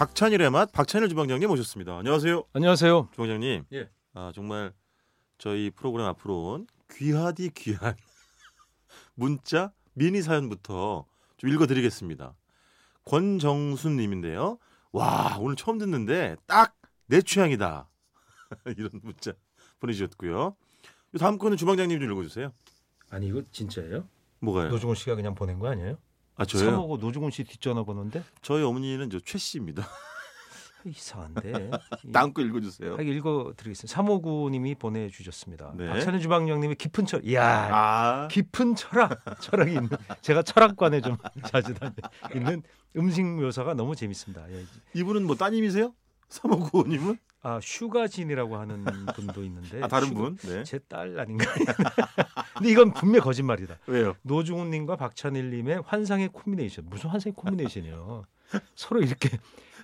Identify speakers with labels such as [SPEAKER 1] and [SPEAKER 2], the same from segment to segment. [SPEAKER 1] 박찬일의 맛 박찬일 주방장님 모셨습니다. 안녕하세요,
[SPEAKER 2] 안녕하세요.
[SPEAKER 1] 주방장님.
[SPEAKER 2] 예.
[SPEAKER 1] 아 정말 저희 프로그램 앞으로 온 귀하디 귀한 문자 미니 사연부터 좀 읽어드리겠습니다. 권정순님인데요. 와 오늘 처음 듣는데 딱 내 취향이다 이런 문자 보내주셨고요. 요 다음 거는 주방장님 좀 읽어주세요.
[SPEAKER 2] 아니 이거 진짜예요?
[SPEAKER 1] 뭐가요?
[SPEAKER 2] 노중훈 씨가 그냥 보낸 거 아니에요?
[SPEAKER 1] 아
[SPEAKER 2] 사
[SPEAKER 1] 네. 저요.
[SPEAKER 2] 먹고 노중훈 씨 뒷전화번호인데
[SPEAKER 1] 저희 어머니는 저 최 씨입니다.
[SPEAKER 2] 이상한데.
[SPEAKER 1] 다음 거 읽어주세요.
[SPEAKER 2] 하게 읽어드리겠습니다. 삼호구님이 보내주셨습니다.
[SPEAKER 1] 네.
[SPEAKER 2] 박찬현 주방장님의 깊은 철, 이야,
[SPEAKER 1] 아
[SPEAKER 2] 깊은 철학, 철학이 있는. 제가 철학관에 좀 자주 다니 있는 음식 묘사가 너무 재밌습니다. 예.
[SPEAKER 1] 이분은 뭐 따님이세요? 사모구님은?
[SPEAKER 2] 아 슈가진이라고 하는 분도 있는데
[SPEAKER 1] 아 다른
[SPEAKER 2] 슈가-
[SPEAKER 1] 분? 네.
[SPEAKER 2] 제 딸 아닌가? 근데 이건 분명 거짓말이다.
[SPEAKER 1] 왜요?
[SPEAKER 2] 노중훈님과 박찬일님의 환상의 콤비네이션 무슨 환상의 콤비네이션이에요? 서로 이렇게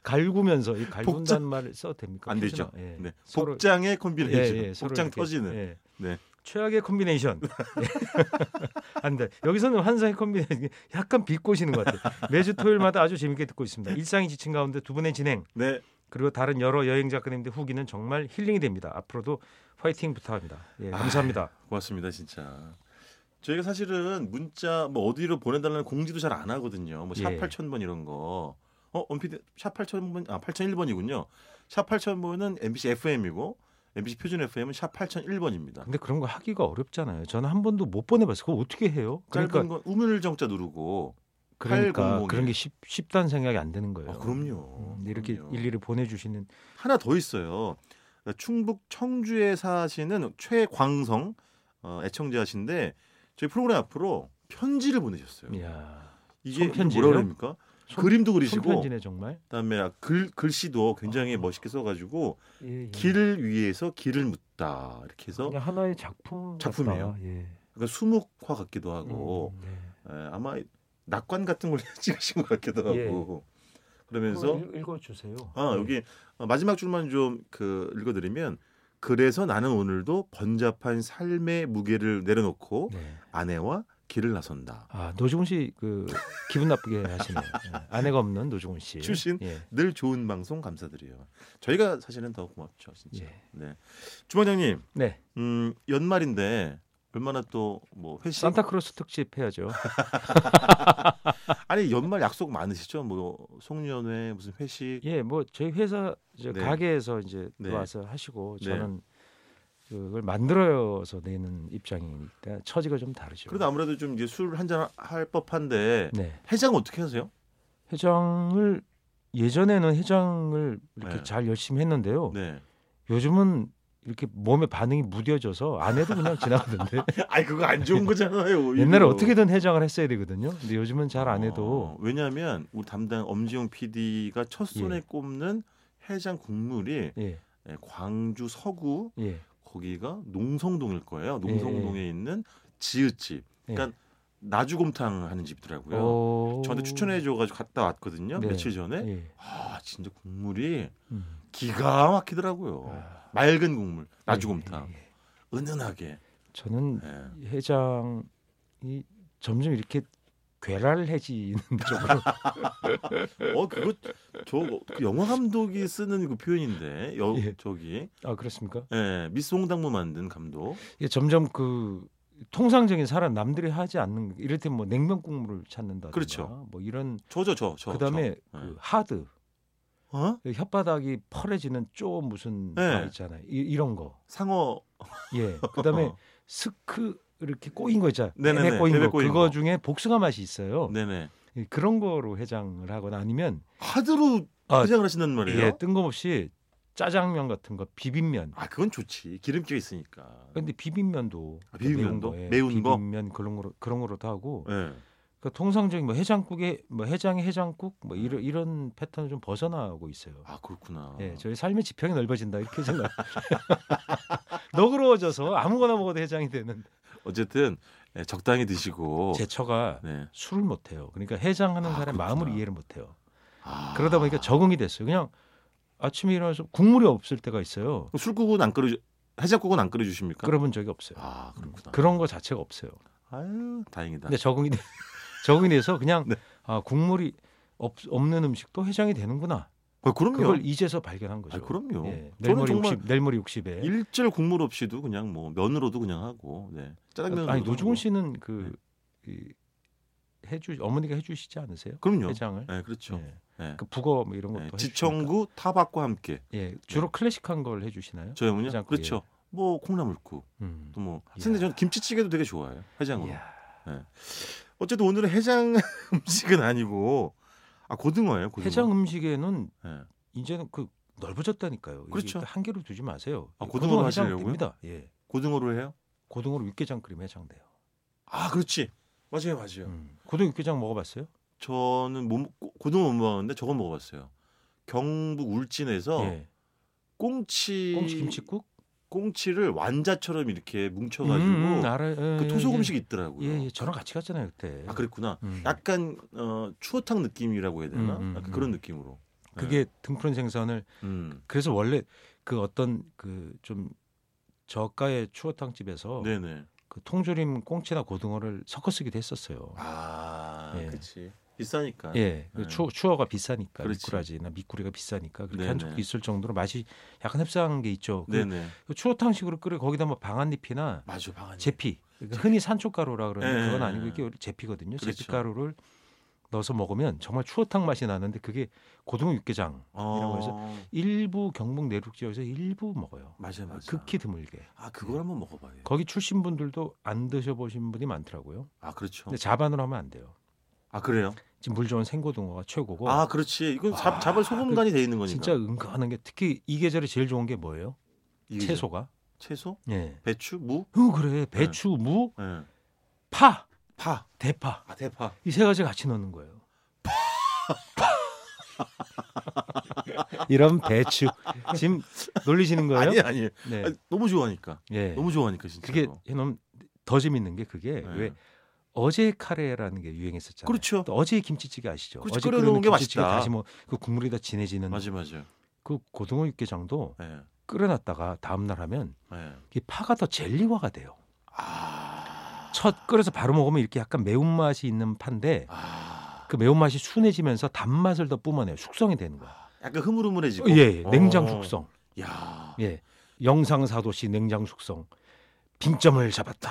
[SPEAKER 2] 갈구면서 이 갈군다는 말을 써도 됩니까?
[SPEAKER 1] 안 되죠.
[SPEAKER 2] 표준어. 예.
[SPEAKER 1] 네.
[SPEAKER 2] 서로-
[SPEAKER 1] 복장의
[SPEAKER 2] 예, 예,
[SPEAKER 1] 콤비네이션,
[SPEAKER 2] 서로
[SPEAKER 1] 복장
[SPEAKER 2] 이렇게,
[SPEAKER 1] 터지는.
[SPEAKER 2] 예.
[SPEAKER 1] 네.
[SPEAKER 2] 최악의 콤비네이션. 예. 안돼 여기서는 환상의 콤비네이션 약간 비꼬시는 것 같아요. 매주 토요일마다 아주 재밌게 듣고 있습니다. 일상이 지친 가운데 두 분의 진행
[SPEAKER 1] 네.
[SPEAKER 2] 그리고 다른 여러 여행 작가님들 후기는 정말 힐링이 됩니다. 앞으로도 화이팅 부탁합니다. 예,
[SPEAKER 1] 아,
[SPEAKER 2] 감사합니다.
[SPEAKER 1] 고맙습니다, 진짜. 저희가 사실은 문자 뭐 어디로 보내달라는 공지도 잘 안 하거든요. 뭐 샵
[SPEAKER 2] 예.
[SPEAKER 1] 8000번 이런 거. 어, 언피디 샵 8000번 아 8001번이군요. 샵 8000번은 MBC FM이고 MBC 표준 FM은 샵 8001번입니다.
[SPEAKER 2] 근데 그런 거 하기가 어렵잖아요. 저는 한 번도 못 보내봤어요. 그거 어떻게 해요?
[SPEAKER 1] 짧은 건 우물 정자 누르고
[SPEAKER 2] 그러니까
[SPEAKER 1] 800에.
[SPEAKER 2] 그런 게 쉽, 쉽다는 생각이 안 드는 거예요.
[SPEAKER 1] 아, 그럼요.
[SPEAKER 2] 음, 이렇게
[SPEAKER 1] 그럼요.
[SPEAKER 2] 일일이 보내주시는
[SPEAKER 1] 하나 더 있어요. 충북 청주에 사시는 최광성 어, 애청자신데 저희 프로그램 앞으로 편지를 보내셨어요.
[SPEAKER 2] 야
[SPEAKER 1] 이게
[SPEAKER 2] 예. 손편지예요?
[SPEAKER 1] 뭐라 그럽니까?
[SPEAKER 2] 손-
[SPEAKER 1] 그림도 그리시고
[SPEAKER 2] 손편지네 정말.
[SPEAKER 1] 그다음에 글 글씨도 굉장히 멋있게 써가지고
[SPEAKER 2] 예, 예.
[SPEAKER 1] 길 위에서 길을 묻다 이렇게 해서
[SPEAKER 2] 그냥 하나의 작품
[SPEAKER 1] 작품이에요. 어.
[SPEAKER 2] 같다. 예.
[SPEAKER 1] 약간 수묵화 같기도 하고
[SPEAKER 2] 음, 네.
[SPEAKER 1] 에, 아마 낙관 같은 걸 찍으신 것 같기도
[SPEAKER 2] 예.
[SPEAKER 1] 하고 그러면서
[SPEAKER 2] 그거 읽- 읽어주세요.
[SPEAKER 1] 아,
[SPEAKER 2] 예.
[SPEAKER 1] 여기 마지막 줄만 좀 그 읽어드리면 그래서 나는 오늘도 번잡한 삶의 무게를 내려놓고
[SPEAKER 2] 네.
[SPEAKER 1] 아내와 길을 나선다.
[SPEAKER 2] 아 노중훈 씨 그 기분 나쁘게 하시네요. 예. 아내가 없는 노중훈 씨.
[SPEAKER 1] 출신?
[SPEAKER 2] 예.
[SPEAKER 1] 늘 좋은 방송 감사드려요. 저희가 사실은 더 고맙죠, 진짜.
[SPEAKER 2] 예.
[SPEAKER 1] 네, 주방장님,
[SPEAKER 2] 네.
[SPEAKER 1] 음, 연말인데 얼마나 또 뭐 회식?
[SPEAKER 2] 산타크로스 특집 해야죠.
[SPEAKER 1] 아니 연말 약속 많으시죠? 뭐 송년회 무슨 회식?
[SPEAKER 2] 예, 뭐 저희 회사 이제
[SPEAKER 1] 네.
[SPEAKER 2] 가게에서 이제
[SPEAKER 1] 네.
[SPEAKER 2] 와서 하시고
[SPEAKER 1] 네.
[SPEAKER 2] 저는 그걸 만들어서 내는 입장이니까 처지가 좀 다르죠.
[SPEAKER 1] 그래도 아무래도 좀 이제 술 한잔 할 법한데
[SPEAKER 2] 네,
[SPEAKER 1] 해장 어떻게 하세요?
[SPEAKER 2] 회장을 예전에는 회장을 이렇게
[SPEAKER 1] 네.
[SPEAKER 2] 잘 열심히 했는데요.
[SPEAKER 1] 네.
[SPEAKER 2] 요즘은 이렇게 몸의 반응이 무뎌져서 안 해도 그냥 지나가던데
[SPEAKER 1] 아니 그거 안 좋은 거잖아요. 오히려.
[SPEAKER 2] 옛날에 어떻게든 회장을 했어야 되거든요. 근데 요즘은 잘 안 해도
[SPEAKER 1] 어, 왜냐하면 우리 담당 엄지용 PD가 첫 손에
[SPEAKER 2] 예.
[SPEAKER 1] 꼽는 해장 국물이
[SPEAKER 2] 예,
[SPEAKER 1] 예, 광주 서구
[SPEAKER 2] 예,
[SPEAKER 1] 거기가 농성동일 거예요. 농성동에 있는 지읒집.
[SPEAKER 2] 예.
[SPEAKER 1] 그러니까 나주곰탕 하는 집더라고요.
[SPEAKER 2] 오.
[SPEAKER 1] 어, 저한테 추천해줘가지고 갔다 왔거든요.
[SPEAKER 2] 어. 네.
[SPEAKER 1] 며칠 전에.
[SPEAKER 2] 예.
[SPEAKER 1] 아 진짜 국물이
[SPEAKER 2] 음.
[SPEAKER 1] 기가 막히더라고요.
[SPEAKER 2] 아.
[SPEAKER 1] 맑은 국물 나주곰탕
[SPEAKER 2] 예, 예, 예.
[SPEAKER 1] 은은하게.
[SPEAKER 2] 저는
[SPEAKER 1] 예.
[SPEAKER 2] 회장이 점점 이렇게 괴랄해지는 쪽으로
[SPEAKER 1] 어 그거 저그 영화 감독이 쓰는 그 표현인데 여,
[SPEAKER 2] 예.
[SPEAKER 1] 저기
[SPEAKER 2] 아 그렇습니까?
[SPEAKER 1] 예, 미스 홍당무 만든 감독.
[SPEAKER 2] 이게 점점 그 통상적인 사람 남들이 하지 않는 이럴 때뭐 냉면 국물을 찾는다든가
[SPEAKER 1] 그렇죠.
[SPEAKER 2] 뭐 이런
[SPEAKER 1] 저죠, 저, 저.
[SPEAKER 2] 그다음에
[SPEAKER 1] 저.
[SPEAKER 2] 그
[SPEAKER 1] 네.
[SPEAKER 2] 하드
[SPEAKER 1] 어?
[SPEAKER 2] 그 혓바닥이 펄해지는 쪼 무슨
[SPEAKER 1] 네.
[SPEAKER 2] 거 있잖아요. 이, 런 거.
[SPEAKER 1] 상어.
[SPEAKER 2] 예. 그다음에
[SPEAKER 1] 어.
[SPEAKER 2] 스크 이렇게 꼬인 거 있잖아요.
[SPEAKER 1] 네네네.
[SPEAKER 2] 네네 꼬인
[SPEAKER 1] 네네
[SPEAKER 2] 거.
[SPEAKER 1] 꼬인
[SPEAKER 2] 그거
[SPEAKER 1] 거.
[SPEAKER 2] 중에 복숭아 맛이 있어요.
[SPEAKER 1] 네네.
[SPEAKER 2] 예, 그런 거로 해장을 하거나 아니면
[SPEAKER 1] 하드로
[SPEAKER 2] 아,
[SPEAKER 1] 포장을 하신단 말이에요.
[SPEAKER 2] 예, 뜬금없이 짜장면 같은 거 비빔면
[SPEAKER 1] 아 그건 좋지. 기름기가 있으니까.
[SPEAKER 2] 어. 근데 비빔면도 그러니까
[SPEAKER 1] 아, 비빔면도?
[SPEAKER 2] 매운, 거에
[SPEAKER 1] 매운 거?
[SPEAKER 2] 비빔면 그런 거로 그런 거로도 하고
[SPEAKER 1] 예.
[SPEAKER 2] 그러니까 통상적인 뭐 해장국에 뭐 해장의 해장국 뭐 이런 이런 패턴을 좀 벗어나고 있어요.
[SPEAKER 1] 음. 아 그렇구나.
[SPEAKER 2] 예, 저희 삶의 지평이 넓어진다 이렇게 생각. 너그러워져서 아무거나 먹어도 해장이 되는
[SPEAKER 1] 어쨌든 예, 적당히 드시고.
[SPEAKER 2] 제 처가
[SPEAKER 1] 네.
[SPEAKER 2] 술을 못 해요. 그러니까 해장하는
[SPEAKER 1] 아,
[SPEAKER 2] 사람 의
[SPEAKER 1] 그렇구나.
[SPEAKER 2] 마음을 이해를 못 해요.
[SPEAKER 1] 아.
[SPEAKER 2] 그러다 보니까 적응이 됐어요. 그냥 아침에 일어나서 국물이 없을 때가 있어요.
[SPEAKER 1] 그럼 술국은 안 끓여 해장국은 안 끓여 주십니까?
[SPEAKER 2] 그러본 적이 없어요.
[SPEAKER 1] 아 그렇구나.
[SPEAKER 2] 그런 거 자체가 없어요.
[SPEAKER 1] 아유 다행이다.
[SPEAKER 2] 근데 적응이 돼- 적응이 돼서 그냥
[SPEAKER 1] 네.
[SPEAKER 2] 아 국물이 없, 없는 음식도 해장이 되는구나
[SPEAKER 1] 아, 그럼요.
[SPEAKER 2] 그걸 이제서 발견한 거죠.
[SPEAKER 1] 아, 그럼요.
[SPEAKER 2] 예,
[SPEAKER 1] 저는
[SPEAKER 2] 낼머리
[SPEAKER 1] 정말
[SPEAKER 2] 60, 낼머리 60에.
[SPEAKER 1] 일절 국물 없이도 그냥 뭐 면으로도 그냥 하고 네. 짜장면
[SPEAKER 2] 아니 노중훈 씨는 그 이, 해주 어머니가 해주시지 않으세요?
[SPEAKER 1] 네. 그럼요.
[SPEAKER 2] 회장을.
[SPEAKER 1] 네, 그렇죠.
[SPEAKER 2] 예.
[SPEAKER 1] 네.
[SPEAKER 2] 그 북어 뭐 이런 것도
[SPEAKER 1] 네,
[SPEAKER 2] 해주시니까.
[SPEAKER 1] 지청구 타박과 함께
[SPEAKER 2] 예, 주로 클래식한 걸 해주시나요?
[SPEAKER 1] 저희 어머니
[SPEAKER 2] 해장국,
[SPEAKER 1] 그렇죠. 뭐 콩나물국
[SPEAKER 2] 음.
[SPEAKER 1] 또 뭐
[SPEAKER 2] 이야.
[SPEAKER 1] 근데 저는 김치찌개도 되게 좋아해요. 해장으로.
[SPEAKER 2] 이야,
[SPEAKER 1] 어쨌든 오늘은 해장 음식은 아니고 아 고등어예요. 고등어.
[SPEAKER 2] 해장 음식에는
[SPEAKER 1] 네.
[SPEAKER 2] 이제는 그 넓어졌다니까요. 이게
[SPEAKER 1] 그렇죠.
[SPEAKER 2] 한 개로 두지 마세요.
[SPEAKER 1] 아,
[SPEAKER 2] 이
[SPEAKER 1] 고등어로
[SPEAKER 2] 해장
[SPEAKER 1] 하시려고요?
[SPEAKER 2] 됩니다. 예,
[SPEAKER 1] 고등어로 해요?
[SPEAKER 2] 고등어로 육개장 끓이면 해장돼요.
[SPEAKER 1] 아 그렇지. 맞아요, 맞아요.
[SPEAKER 2] 음. 고등 육개장 먹어봤어요?
[SPEAKER 1] 저는 못 먹- 고- 고등어 못 먹었는데 저거 먹어봤어요. 경북 울진에서
[SPEAKER 2] 예.
[SPEAKER 1] 어. 꽁치
[SPEAKER 2] 꽁치 김치국
[SPEAKER 1] 꽁치를 완자처럼 이렇게 뭉쳐가지고
[SPEAKER 2] 음, 알아요. 예,
[SPEAKER 1] 그 토속
[SPEAKER 2] 예,
[SPEAKER 1] 음식이 있더라고요.
[SPEAKER 2] 예, 예, 저랑 같이 갔잖아요 그때.
[SPEAKER 1] 아 그랬구나.
[SPEAKER 2] 음.
[SPEAKER 1] 약간 어, 추어탕 느낌이라고 해야 되나?
[SPEAKER 2] 음, 음,
[SPEAKER 1] 약간
[SPEAKER 2] 음.
[SPEAKER 1] 그런 느낌으로. 예.
[SPEAKER 2] 그게 등푸른 생선을
[SPEAKER 1] 음.
[SPEAKER 2] 그래서 원래 그 어떤 그 좀 저가의 추어탕 집에서
[SPEAKER 1] 네네.
[SPEAKER 2] 그 통조림 꽁치나 고등어를 섞어 쓰기도 했었어요.
[SPEAKER 1] 아,
[SPEAKER 2] 예.
[SPEAKER 1] 그렇지. 비싸니까.
[SPEAKER 2] 예, 그
[SPEAKER 1] 네.
[SPEAKER 2] 추, 추어가 비싸니까
[SPEAKER 1] 그렇지.
[SPEAKER 2] 미꾸라지나 미꾸리가 비싸니까 그렇게
[SPEAKER 1] 네네.
[SPEAKER 2] 한 적도 있을 정도로 맛이 약간 흡사한 게 있죠. 그
[SPEAKER 1] 네네.
[SPEAKER 2] 그 추어탕식으로 끓여 거기다 뭐 방한잎이나
[SPEAKER 1] 맞아, 방안.
[SPEAKER 2] 제피 그러니까 흔히 산초가루라 그러는데
[SPEAKER 1] 예,
[SPEAKER 2] 그건
[SPEAKER 1] 예,
[SPEAKER 2] 아니고
[SPEAKER 1] 예.
[SPEAKER 2] 이게 제피거든요.
[SPEAKER 1] 그렇죠.
[SPEAKER 2] 제피가루를 넣어서 먹으면 정말 추어탕 맛이 나는데 그게 고등어 육개장
[SPEAKER 1] 어...
[SPEAKER 2] 일부 경북 내륙 지역에서 일부 먹어요.
[SPEAKER 1] 맞아, 맞아.
[SPEAKER 2] 극히 드물게.
[SPEAKER 1] 아, 그걸 한번 먹어봐요.
[SPEAKER 2] 거기 출신 분들도 안 드셔보신 분이 많더라고요.
[SPEAKER 1] 아, 그렇죠.
[SPEAKER 2] 근데 자반으로 하면 안 돼요.
[SPEAKER 1] 아, 그래요?
[SPEAKER 2] 지금 물 좋은 생고등어가 최고고
[SPEAKER 1] 아, 그렇지. 이건 잡,
[SPEAKER 2] 아,
[SPEAKER 1] 잡을 소금간이 돼 있는 거니까.
[SPEAKER 2] 진짜 은근한 게 특히 이 계절에 제일 좋은 게 뭐예요?
[SPEAKER 1] 이게
[SPEAKER 2] 채소가.
[SPEAKER 1] 채소?
[SPEAKER 2] 예.
[SPEAKER 1] 배추, 무,
[SPEAKER 2] 어 그래 배추, 무,
[SPEAKER 1] 예.
[SPEAKER 2] 파,
[SPEAKER 1] 파.
[SPEAKER 2] 대파
[SPEAKER 1] 아, 대파.
[SPEAKER 2] 이 세 가지 같이 넣는 거예요. 이런 배추 지금 놀리시는 거예요?
[SPEAKER 1] 아니, 아니.
[SPEAKER 2] 네.
[SPEAKER 1] 아니, 너무 좋아하니까.
[SPEAKER 2] 예.
[SPEAKER 1] 너무 좋아하니까 진짜.
[SPEAKER 2] 그게 너무 더 재밌는 게 그게 왜 어제 카레라는 게 유행했었잖아요.
[SPEAKER 1] 그렇죠.
[SPEAKER 2] 또 어제의 김치찌개 아시죠?
[SPEAKER 1] 그렇죠.
[SPEAKER 2] 어제
[SPEAKER 1] 끓여놓은
[SPEAKER 2] 끓여놓은
[SPEAKER 1] 게
[SPEAKER 2] 김치찌개
[SPEAKER 1] 맛있다.
[SPEAKER 2] 다시 뭐 그 국물이 다 진해지는
[SPEAKER 1] 맞아, 맞아.
[SPEAKER 2] 그 고등어 육개장도
[SPEAKER 1] 예.
[SPEAKER 2] 끓여놨다가 다음 날 하면
[SPEAKER 1] 예.
[SPEAKER 2] 이 파가 더 젤리화가 돼요.
[SPEAKER 1] 아.
[SPEAKER 2] 첫 끓여서 바로 먹으면 이렇게 약간 매운 맛이 있는 파인데
[SPEAKER 1] 아.
[SPEAKER 2] 그 매운 맛이 순해지면서 단맛을 더 뿜어내요. 숙성이 되는 거야.
[SPEAKER 1] 약간 흐물흐물해지고.
[SPEAKER 2] 예, 예. 냉장
[SPEAKER 1] 어.
[SPEAKER 2] 숙성.
[SPEAKER 1] 야.
[SPEAKER 2] 예, 영상 사도시 냉장 숙성. 빙점을 잡았다.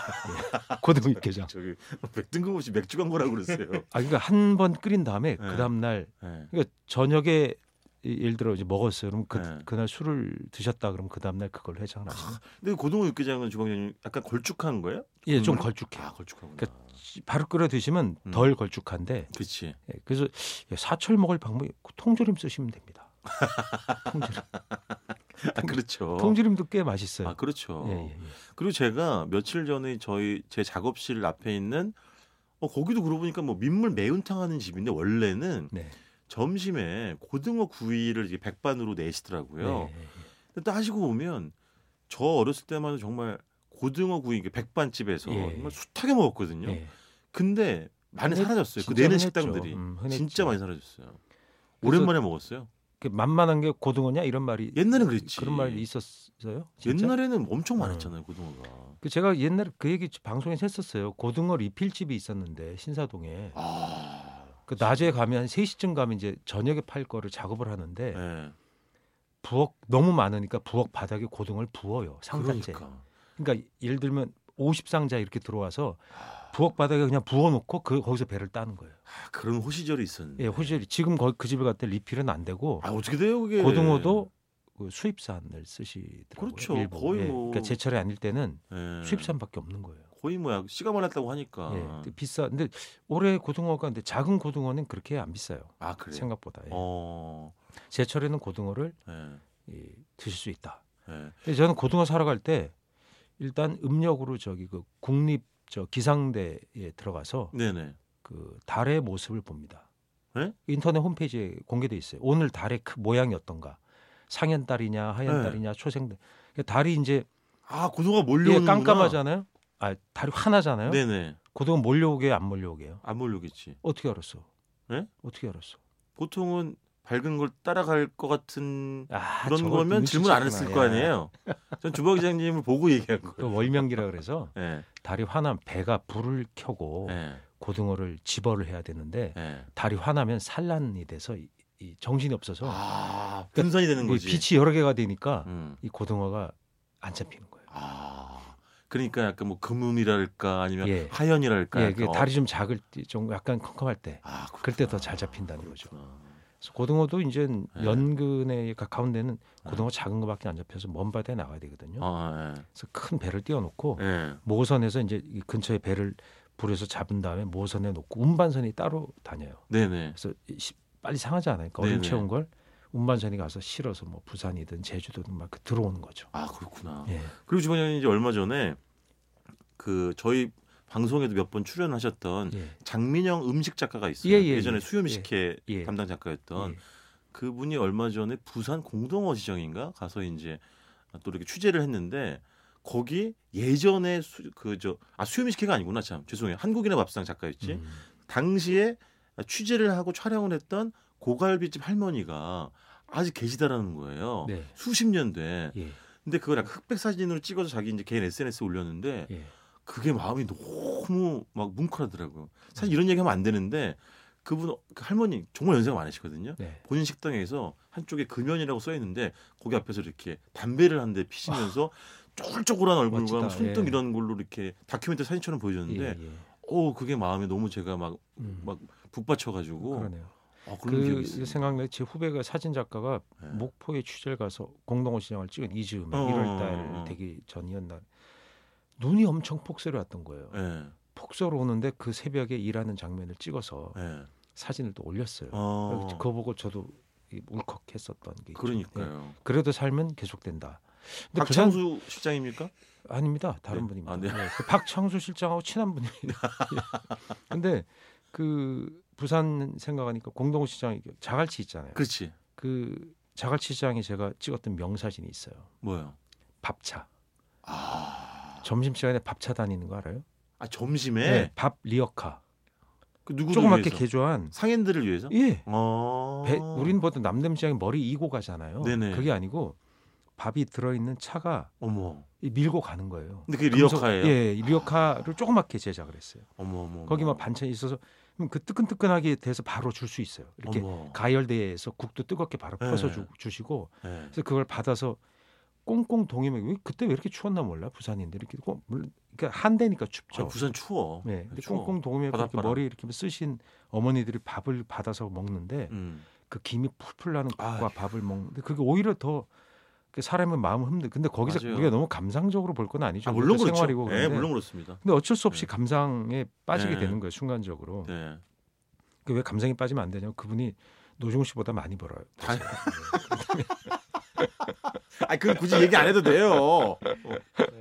[SPEAKER 2] 예. 고등어 육개장.
[SPEAKER 1] 저기 왜 뜬금없이 맥주 광고라고 그러세요.
[SPEAKER 2] 아 그러니까 한 번 끓인 다음에
[SPEAKER 1] 네.
[SPEAKER 2] 그 다음 날
[SPEAKER 1] 예.
[SPEAKER 2] 그러니까 저녁에 이- 예를 들어 이제 먹었어요. 그럼 그
[SPEAKER 1] 네.
[SPEAKER 2] 그날 술을 드셨다 그러면 그 다음 날 그걸 해장을 하시는.
[SPEAKER 1] 근데 고등어 육개장은 주방장님 약간 걸쭉한 거예요?
[SPEAKER 2] 예, 좀
[SPEAKER 1] 국물이?
[SPEAKER 2] 걸쭉해요.
[SPEAKER 1] 아, 걸쭉하구나.
[SPEAKER 2] 그- 바로 끓여 드시면
[SPEAKER 1] 음.
[SPEAKER 2] 덜 걸쭉한데
[SPEAKER 1] 그렇지.
[SPEAKER 2] 예, 그래서 사철 먹을 방법이 그 통조림 쓰시면 됩니다. 통조림.
[SPEAKER 1] 아, 그렇죠.
[SPEAKER 2] 통조림도 꽤 맛있어요.
[SPEAKER 1] 아, 그렇죠.
[SPEAKER 2] 예, 예, 예.
[SPEAKER 1] 그리고 제가 며칠 전에 저희 제 작업실 앞에 있는 어, 거기도 그러고 보니까 뭐 민물 매운탕 하는 집인데 원래는
[SPEAKER 2] 네.
[SPEAKER 1] 점심에 고등어 구이를 이게 백반으로 내시더라고요.
[SPEAKER 2] 네, 예, 예.
[SPEAKER 1] 근데 또 하시고 보면 저 어렸을 때만 해도 정말 고등어 구이 이게 백반집에서
[SPEAKER 2] 예.
[SPEAKER 1] 정말 숱하게 먹었거든요.
[SPEAKER 2] 예.
[SPEAKER 1] 근데 많이
[SPEAKER 2] 흔해-
[SPEAKER 1] 사라졌어요. 그
[SPEAKER 2] 진짜
[SPEAKER 1] 내는
[SPEAKER 2] 흔했죠.
[SPEAKER 1] 식당들이
[SPEAKER 2] 음, 흔했죠.
[SPEAKER 1] 진짜 많이 사라졌어요.
[SPEAKER 2] 그래서
[SPEAKER 1] 오랜만에 먹었어요.
[SPEAKER 2] 그 만만한 게 고등어냐 이런 말이
[SPEAKER 1] 옛날엔 그랬지.
[SPEAKER 2] 그런 말이 있었어요. 진짜?
[SPEAKER 1] 옛날에는 엄청
[SPEAKER 2] 어.
[SPEAKER 1] 많았잖아요 고등어가.
[SPEAKER 2] 그 제가 옛날 에그 얘기 방송에서 했었어요. 고등어 리필집이 있었는데 신사동에
[SPEAKER 1] 아,
[SPEAKER 2] 그 낮에 가면 한 3시쯤 가면 이제 저녁에 팔 거를 작업을 하는데
[SPEAKER 1] 예.
[SPEAKER 2] 부엌 너무 많으니까 부엌 바닥에 고등어를 부어요. 상자째. 그러니까,
[SPEAKER 1] 그러니까.
[SPEAKER 2] 예를 들면 50상자 이렇게 들어와서 부엌 바닥에 그냥 부어 놓고 그 거기서 배를 따는 거예요.
[SPEAKER 1] 아, 그런 호시절이 있었는데.
[SPEAKER 2] 예, 호시절이 지금 거기 그 집에 갔더니 리필은 안 되고
[SPEAKER 1] 네. 아 어떻게 돼요 그게?
[SPEAKER 2] 고등어도 그 수입산을 쓰시더라고요.
[SPEAKER 1] 그렇죠.
[SPEAKER 2] 일부.
[SPEAKER 1] 거의
[SPEAKER 2] 예,
[SPEAKER 1] 뭐-
[SPEAKER 2] 그러니까 제철이 아닐 때는
[SPEAKER 1] 예.
[SPEAKER 2] 수입산밖에 없는 거예요.
[SPEAKER 1] 거의 뭐야 씨가 말랐다고 하니까. 아,
[SPEAKER 2] 예, 근데 비싸. 근데 올해 고등어가 근데 작은 고등어는 그렇게 안 비싸요.
[SPEAKER 1] 아 그래. 요
[SPEAKER 2] 생각보다. 예.
[SPEAKER 1] 어.
[SPEAKER 2] 제철에는 고등어를
[SPEAKER 1] 예.
[SPEAKER 2] 예, 드실 수 있다.
[SPEAKER 1] 예.
[SPEAKER 2] 근데 저는 고등어 사러 갈 때 일단 음력으로 저기 그 국립 저 기상대에 들어가서
[SPEAKER 1] 네네.
[SPEAKER 2] 그 달의 모습을 봅니다.
[SPEAKER 1] 예?
[SPEAKER 2] 인터넷 홈페이지에 공개돼 있어요. 오늘 달의 크- 모양이 어떤가? 상현 달이냐, 하얀
[SPEAKER 1] 네.
[SPEAKER 2] 달이냐, 초생 달. 그러니까 달이 이제
[SPEAKER 1] 아 고등어가
[SPEAKER 2] 예,
[SPEAKER 1] 몰려오는.
[SPEAKER 2] 깜깜하잖아요. 아, 달이 하나잖아요.
[SPEAKER 1] 네네.
[SPEAKER 2] 고등어 몰려오게 안 몰려오게요.
[SPEAKER 1] 안 몰려겠지.
[SPEAKER 2] 어떻게 알았어?
[SPEAKER 1] 예?
[SPEAKER 2] 어떻게 알았어?
[SPEAKER 1] 보통은 밝은 걸 따라갈 것 같은
[SPEAKER 2] 아,
[SPEAKER 1] 그런
[SPEAKER 2] 저걸
[SPEAKER 1] 거면 질문 안
[SPEAKER 2] 눈치챘구나. 예.
[SPEAKER 1] 했을 거
[SPEAKER 2] 야.
[SPEAKER 1] 아니에요. 전 주방 기장님을 보고 얘기한 거예요.
[SPEAKER 2] 그 월명기라 그래서
[SPEAKER 1] 예.
[SPEAKER 2] 달이 화나면 배가 불을 켜고
[SPEAKER 1] 예.
[SPEAKER 2] 고등어를 집어를 해야 되는데
[SPEAKER 1] 예.
[SPEAKER 2] 달이 화나면 산란이 돼서 이- 이 정신이 없어서
[SPEAKER 1] 아, 분산이 되는
[SPEAKER 2] 이
[SPEAKER 1] 거지.
[SPEAKER 2] 빛이 여러 개가 되니까
[SPEAKER 1] 음.
[SPEAKER 2] 이 고등어가 안 잡히는 거예요.
[SPEAKER 1] 아, 그러니까 약간 뭐 금음이랄까 아니면
[SPEAKER 2] 예.
[SPEAKER 1] 하연이랄까.
[SPEAKER 2] 예, 그
[SPEAKER 1] 약간 어.
[SPEAKER 2] 다리 좀 작을 때, 좀 약간 컴컴할 때
[SPEAKER 1] 아, 어,
[SPEAKER 2] 그럴 때 더 잘 잡힌다는 거죠.
[SPEAKER 1] 그렇구나.
[SPEAKER 2] 그래서 고등어도 이제
[SPEAKER 1] 예.
[SPEAKER 2] 연근에 가까운 데는 고등어 작은 거밖에 안 잡혀서 먼 바다에 나가야 되거든요.
[SPEAKER 1] 아,
[SPEAKER 2] 그래서 큰 배를 띄워놓고
[SPEAKER 1] 예. 예.
[SPEAKER 2] 모선에서 이제 이 근처에 배를 불에서 잡은 다음에 모선에 놓고 운반선이 따로 다녀요.
[SPEAKER 1] 네네.
[SPEAKER 2] 그래서 이 시- 빨리 상하지 않으니까 얼음
[SPEAKER 1] 네네.
[SPEAKER 2] 채운 걸 운반선이 가서 실어서 뭐 부산이든 제주도든 막 그 들어오는 거죠.
[SPEAKER 1] 아, 그렇구나.
[SPEAKER 2] 예.
[SPEAKER 1] 그리고 주방장님 이제 얼마 전에 그 저희 방송에도 몇 번 출연하셨던
[SPEAKER 2] 예.
[SPEAKER 1] 장민영 음식 작가가 있어요.
[SPEAKER 2] 예, 예,
[SPEAKER 1] 전에
[SPEAKER 2] 예.
[SPEAKER 1] 수요미 식회
[SPEAKER 2] 예.
[SPEAKER 1] 담당 작가였던
[SPEAKER 2] 예.
[SPEAKER 1] 그분이 얼마 전에 부산 공동어 시장인가 가서 이제 또 이렇게 취재를 했는데 거기 예전에 그저아 수요미 식회가 아니구나 참 죄송해요 한국인의 밥상 작가였지
[SPEAKER 2] 음.
[SPEAKER 1] 당시에 취재를 하고 촬영을 했던 고갈비집 할머니가 아직 계시다라는 거예요
[SPEAKER 2] 네.
[SPEAKER 1] 수십 년 돼.
[SPEAKER 2] 예.
[SPEAKER 1] 근데 그걸 약간 흑백 사진으로 찍어서 자기 이제 개인 SNS에 올렸는데
[SPEAKER 2] 예.
[SPEAKER 1] 그게 마음이 너무 막 뭉클하더라고요. 사실 이런 얘기하면 안 되는데 그분 그 할머니 정말 연세가 많으시거든요.
[SPEAKER 2] 네.
[SPEAKER 1] 본인 식당에서 한쪽에 금연이라고 써 있는데 거기 앞에서 이렇게 담배를 한 대 피시면서 쫄쫄한 얼굴과
[SPEAKER 2] 멋지다.
[SPEAKER 1] 손등
[SPEAKER 2] 예.
[SPEAKER 1] 이런 걸로 이렇게 다큐멘터리 사진처럼 보여줬는데
[SPEAKER 2] 예, 예.
[SPEAKER 1] 오 그게 마음에 너무 제가 막
[SPEAKER 2] 음,
[SPEAKER 1] 막 북받쳐가지고
[SPEAKER 2] 그러네요.
[SPEAKER 1] 아, 그런
[SPEAKER 2] 그
[SPEAKER 1] 기억이 있어요.
[SPEAKER 2] 생각나요. 제 후배가 사진 작가가
[SPEAKER 1] 예.
[SPEAKER 2] 목포에 취재를 가서 공동호 시장을 찍은 이즈음에
[SPEAKER 1] 어,
[SPEAKER 2] 1월달
[SPEAKER 1] 어, 어.
[SPEAKER 2] 되기 전이었나 눈이 엄청 폭설이 왔던 거예요.
[SPEAKER 1] 예,
[SPEAKER 2] 폭설 오는데 그 새벽에 일하는 장면을 찍어서
[SPEAKER 1] 예.
[SPEAKER 2] 사진을 또 올렸어요. 그러니까
[SPEAKER 1] 어,
[SPEAKER 2] 그렇죠. 그거 보고 저도 이 울컥했었던 게 있죠. 예.
[SPEAKER 1] 그러니까요.
[SPEAKER 2] 그래도 삶은 계속된다. 근데 부산-
[SPEAKER 1] 박창수 실장입니까?
[SPEAKER 2] 아닙니다.
[SPEAKER 1] 네.
[SPEAKER 2] 다른 분입니다.
[SPEAKER 1] 아, 네.
[SPEAKER 2] 네, 그 박창수 실장하고 친한 분입니다. 예. 근데 그 부산 생각하니까 공동호 시장 자갈치 있잖아요.
[SPEAKER 1] 그렇지.
[SPEAKER 2] 그 자갈치 시장에 제가 찍었던 명사진이 있어요.
[SPEAKER 1] 뭐요?
[SPEAKER 2] 밥차.
[SPEAKER 1] 아,
[SPEAKER 2] 점심 시간에 밥차 다니는 거 알아요? 네.
[SPEAKER 1] 아 점심에
[SPEAKER 2] 밥 리어카.
[SPEAKER 1] 그 누구를
[SPEAKER 2] 조그맣게
[SPEAKER 1] 위해서?
[SPEAKER 2] 개조한.
[SPEAKER 1] 상인들을 위해서?
[SPEAKER 2] 예.
[SPEAKER 1] 어.
[SPEAKER 2] 배, 우린 보통 남대문 시장에 머리 이고 가잖아요.
[SPEAKER 1] 네네.
[SPEAKER 2] 그게 아니고 밥이 들어있는 차가
[SPEAKER 1] 어머.
[SPEAKER 2] 이 밀고 가는 거예요.
[SPEAKER 1] 근데 그게
[SPEAKER 2] 금속-
[SPEAKER 1] 리어카예요.
[SPEAKER 2] 예, 이 리어카를 조그맣게 제작을 했어요.
[SPEAKER 1] 어머 어머.
[SPEAKER 2] 거기만 뭐 반찬이 있어서 그럼 그 뜨끈뜨끈하게 돼서 바로 줄 수 있어요. 이렇게
[SPEAKER 1] 어머.
[SPEAKER 2] 가열대에서 국도 뜨겁게 바로
[SPEAKER 1] 네.
[SPEAKER 2] 퍼서 주, 주시고
[SPEAKER 1] 예.
[SPEAKER 2] 그래서 그걸 받아서 꽁꽁 동이면 왜 그때 왜 이렇게 추웠나 몰라 부산인데 이렇게 꽁- 물론 그러니까 한대니까 춥죠.
[SPEAKER 1] 아, 부산 추워.
[SPEAKER 2] 네, 근데
[SPEAKER 1] 추워.
[SPEAKER 2] 꽁꽁 동이면 그렇게
[SPEAKER 1] 바닷바람.
[SPEAKER 2] 머리 이렇게 쓰신 어머니들이 밥을 받아서 먹는데
[SPEAKER 1] 음.
[SPEAKER 2] 그 김이 풀풀 나는
[SPEAKER 1] 아,
[SPEAKER 2] 국과 밥을 먹는데 그게 오히려 더 그 사람의 마음 흔들. 근데 거기서
[SPEAKER 1] 맞아요.
[SPEAKER 2] 우리가 너무 감상적으로 볼 건 아니죠.
[SPEAKER 1] 아 물론
[SPEAKER 2] 우리도
[SPEAKER 1] 그렇죠.
[SPEAKER 2] 생활이고
[SPEAKER 1] 예,
[SPEAKER 2] 그런데
[SPEAKER 1] 물론 그렇습니다.
[SPEAKER 2] 근데 어쩔 수 없이
[SPEAKER 1] 네.
[SPEAKER 2] 감상에 빠지게
[SPEAKER 1] 네.
[SPEAKER 2] 되는 거예요 순간적으로.
[SPEAKER 1] 네.
[SPEAKER 2] 그 왜 감상에 빠지면 안 되냐면 그분이 노종 씨보다 많이 벌어요.
[SPEAKER 1] 다- 아, 그건 굳이 얘기 안 해도 돼요. 어,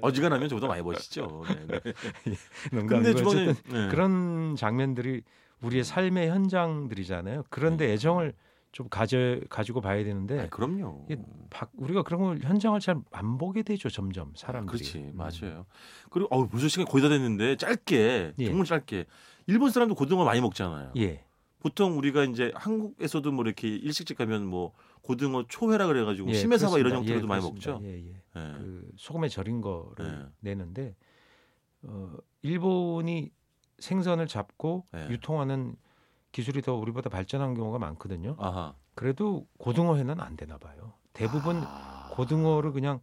[SPEAKER 1] 어지간하면 저보다 많이 멋있죠. 네, 네. 근데
[SPEAKER 2] 농담이고
[SPEAKER 1] 주방장님
[SPEAKER 2] 그러니까 어쨌든
[SPEAKER 1] 네.
[SPEAKER 2] 그런 장면들이 우리의 삶의 현장들이잖아요. 그런데 애정을 좀 가져 가지고 봐야 되는데
[SPEAKER 1] 네. 아, 그럼요.
[SPEAKER 2] 네. 이게 밖- 우리가 그런 걸 현장을 잘 안 보게 되죠 점점 사람들이.
[SPEAKER 1] 그렇지
[SPEAKER 2] 음.
[SPEAKER 1] 맞아요. 그리고 어우 벌써 시간 거의 다 됐는데 짧게
[SPEAKER 2] 예.
[SPEAKER 1] 정말 짧게 일본 사람도 고등어 많이 먹잖아요.
[SPEAKER 2] 예.
[SPEAKER 1] 보통 우리가 이제 한국에서도 뭐 이렇게 일식집 가면 뭐 고등어 초회라 그래가지고
[SPEAKER 2] 예,
[SPEAKER 1] 뭐 심해사바 이런
[SPEAKER 2] 그렇습니다.
[SPEAKER 1] 형태로도
[SPEAKER 2] 예,
[SPEAKER 1] 많이
[SPEAKER 2] 그렇습니다.
[SPEAKER 1] 먹죠.
[SPEAKER 2] 예, 예.
[SPEAKER 1] 예.
[SPEAKER 2] 그 소금에 절인 거를
[SPEAKER 1] 예.
[SPEAKER 2] 내는데 어, 일본이 생선을 잡고
[SPEAKER 1] 예.
[SPEAKER 2] 유통하는 기술이 더 우리보다 발전한 경우가 많거든요.
[SPEAKER 1] 아하.
[SPEAKER 2] 그래도 고등어회는 안 되나 봐요. 대부분
[SPEAKER 1] 아.
[SPEAKER 2] 고등어를 그냥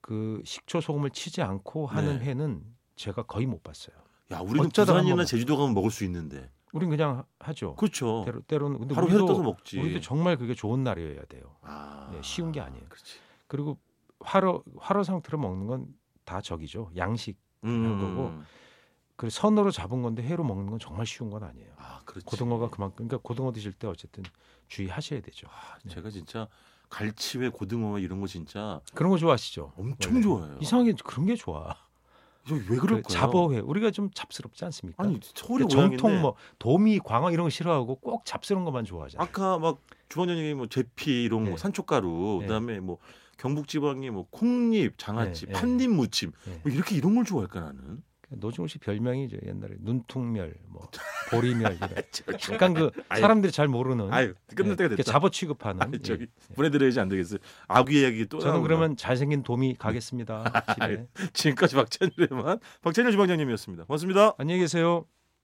[SPEAKER 2] 그 식초 소금을 치지 않고 하는
[SPEAKER 1] 네.
[SPEAKER 2] 회는 제가 거의 못 봤어요.
[SPEAKER 1] 야 우리는
[SPEAKER 2] 어쩌다
[SPEAKER 1] 부산이나
[SPEAKER 2] 한번
[SPEAKER 1] 제주도 가면 먹을 수 있는데
[SPEAKER 2] 우린 그냥 하- 하죠.
[SPEAKER 1] 그렇죠.
[SPEAKER 2] 때로, 때로는 근데
[SPEAKER 1] 바로 회로 떠서
[SPEAKER 2] 우리도
[SPEAKER 1] 먹지.
[SPEAKER 2] 우리도 정말 그게 좋은 날이어야 돼요.
[SPEAKER 1] 아.
[SPEAKER 2] 네, 쉬운 게 아니에요.
[SPEAKER 1] 그렇지.
[SPEAKER 2] 그리고 화로 화로 상태로 먹는 건 다 적이죠. 양식
[SPEAKER 1] 음.
[SPEAKER 2] 거고. 그 선으로 잡은 건데 회로 먹는 건 정말 쉬운 건 아니에요.
[SPEAKER 1] 아 그렇지.
[SPEAKER 2] 고등어가 그만큼 그러니까 고등어 드실 때 어쨌든 주의하셔야 되죠. 네.
[SPEAKER 1] 아, 제가 진짜 갈치회, 고등어 이런 거 진짜
[SPEAKER 2] 그런 거 좋아하시죠?
[SPEAKER 1] 엄청
[SPEAKER 2] 원래.
[SPEAKER 1] 좋아해요.
[SPEAKER 2] 네. 이상하게 그런 게 좋아.
[SPEAKER 1] 저왜 그럴까요?
[SPEAKER 2] 그 잡어회 우리가 좀 잡스럽지 않습니까?
[SPEAKER 1] 아니 서울이
[SPEAKER 2] 그러니까 정통 뭐 도미 광어 이런 거 싫어하고 꼭 잡스러운 것만 좋아하잖아요.
[SPEAKER 1] 아까 그 막 주원장님이 뭐 제피 이런 거
[SPEAKER 2] 네.
[SPEAKER 1] 산초가루
[SPEAKER 2] 네.
[SPEAKER 1] 그다음에 뭐 경북 지방이 뭐 콩잎, 장아찌,
[SPEAKER 2] 네, 네.
[SPEAKER 1] 팥잎 무침
[SPEAKER 2] 네.
[SPEAKER 1] 뭐 이렇게 이런 걸 좋아할까 나는.
[SPEAKER 2] 그러니까 노중훈 씨 별명이 죠 옛날에 눈퉁멸, 뭐 보리멸 이런.
[SPEAKER 1] 저기,
[SPEAKER 2] 약간 그
[SPEAKER 1] 아유.
[SPEAKER 2] 사람들이 잘 모르는.
[SPEAKER 1] 아유 끝날
[SPEAKER 2] 예,
[SPEAKER 1] 때가
[SPEAKER 2] 이렇게
[SPEAKER 1] 됐다.
[SPEAKER 2] 잡어 취급하는.
[SPEAKER 1] 아니,
[SPEAKER 2] 예.
[SPEAKER 1] 저기 보내드려야지 안 되겠어요. 아귀 이야기 또
[SPEAKER 2] 저는
[SPEAKER 1] 나오구나.
[SPEAKER 2] 그러면 잘생긴 도미 가겠습니다. 집에.
[SPEAKER 1] 지금까지 박찬일의 맛 박찬일 주방장님이었습니다. 고맙습니다.
[SPEAKER 2] 안녕히 계세요.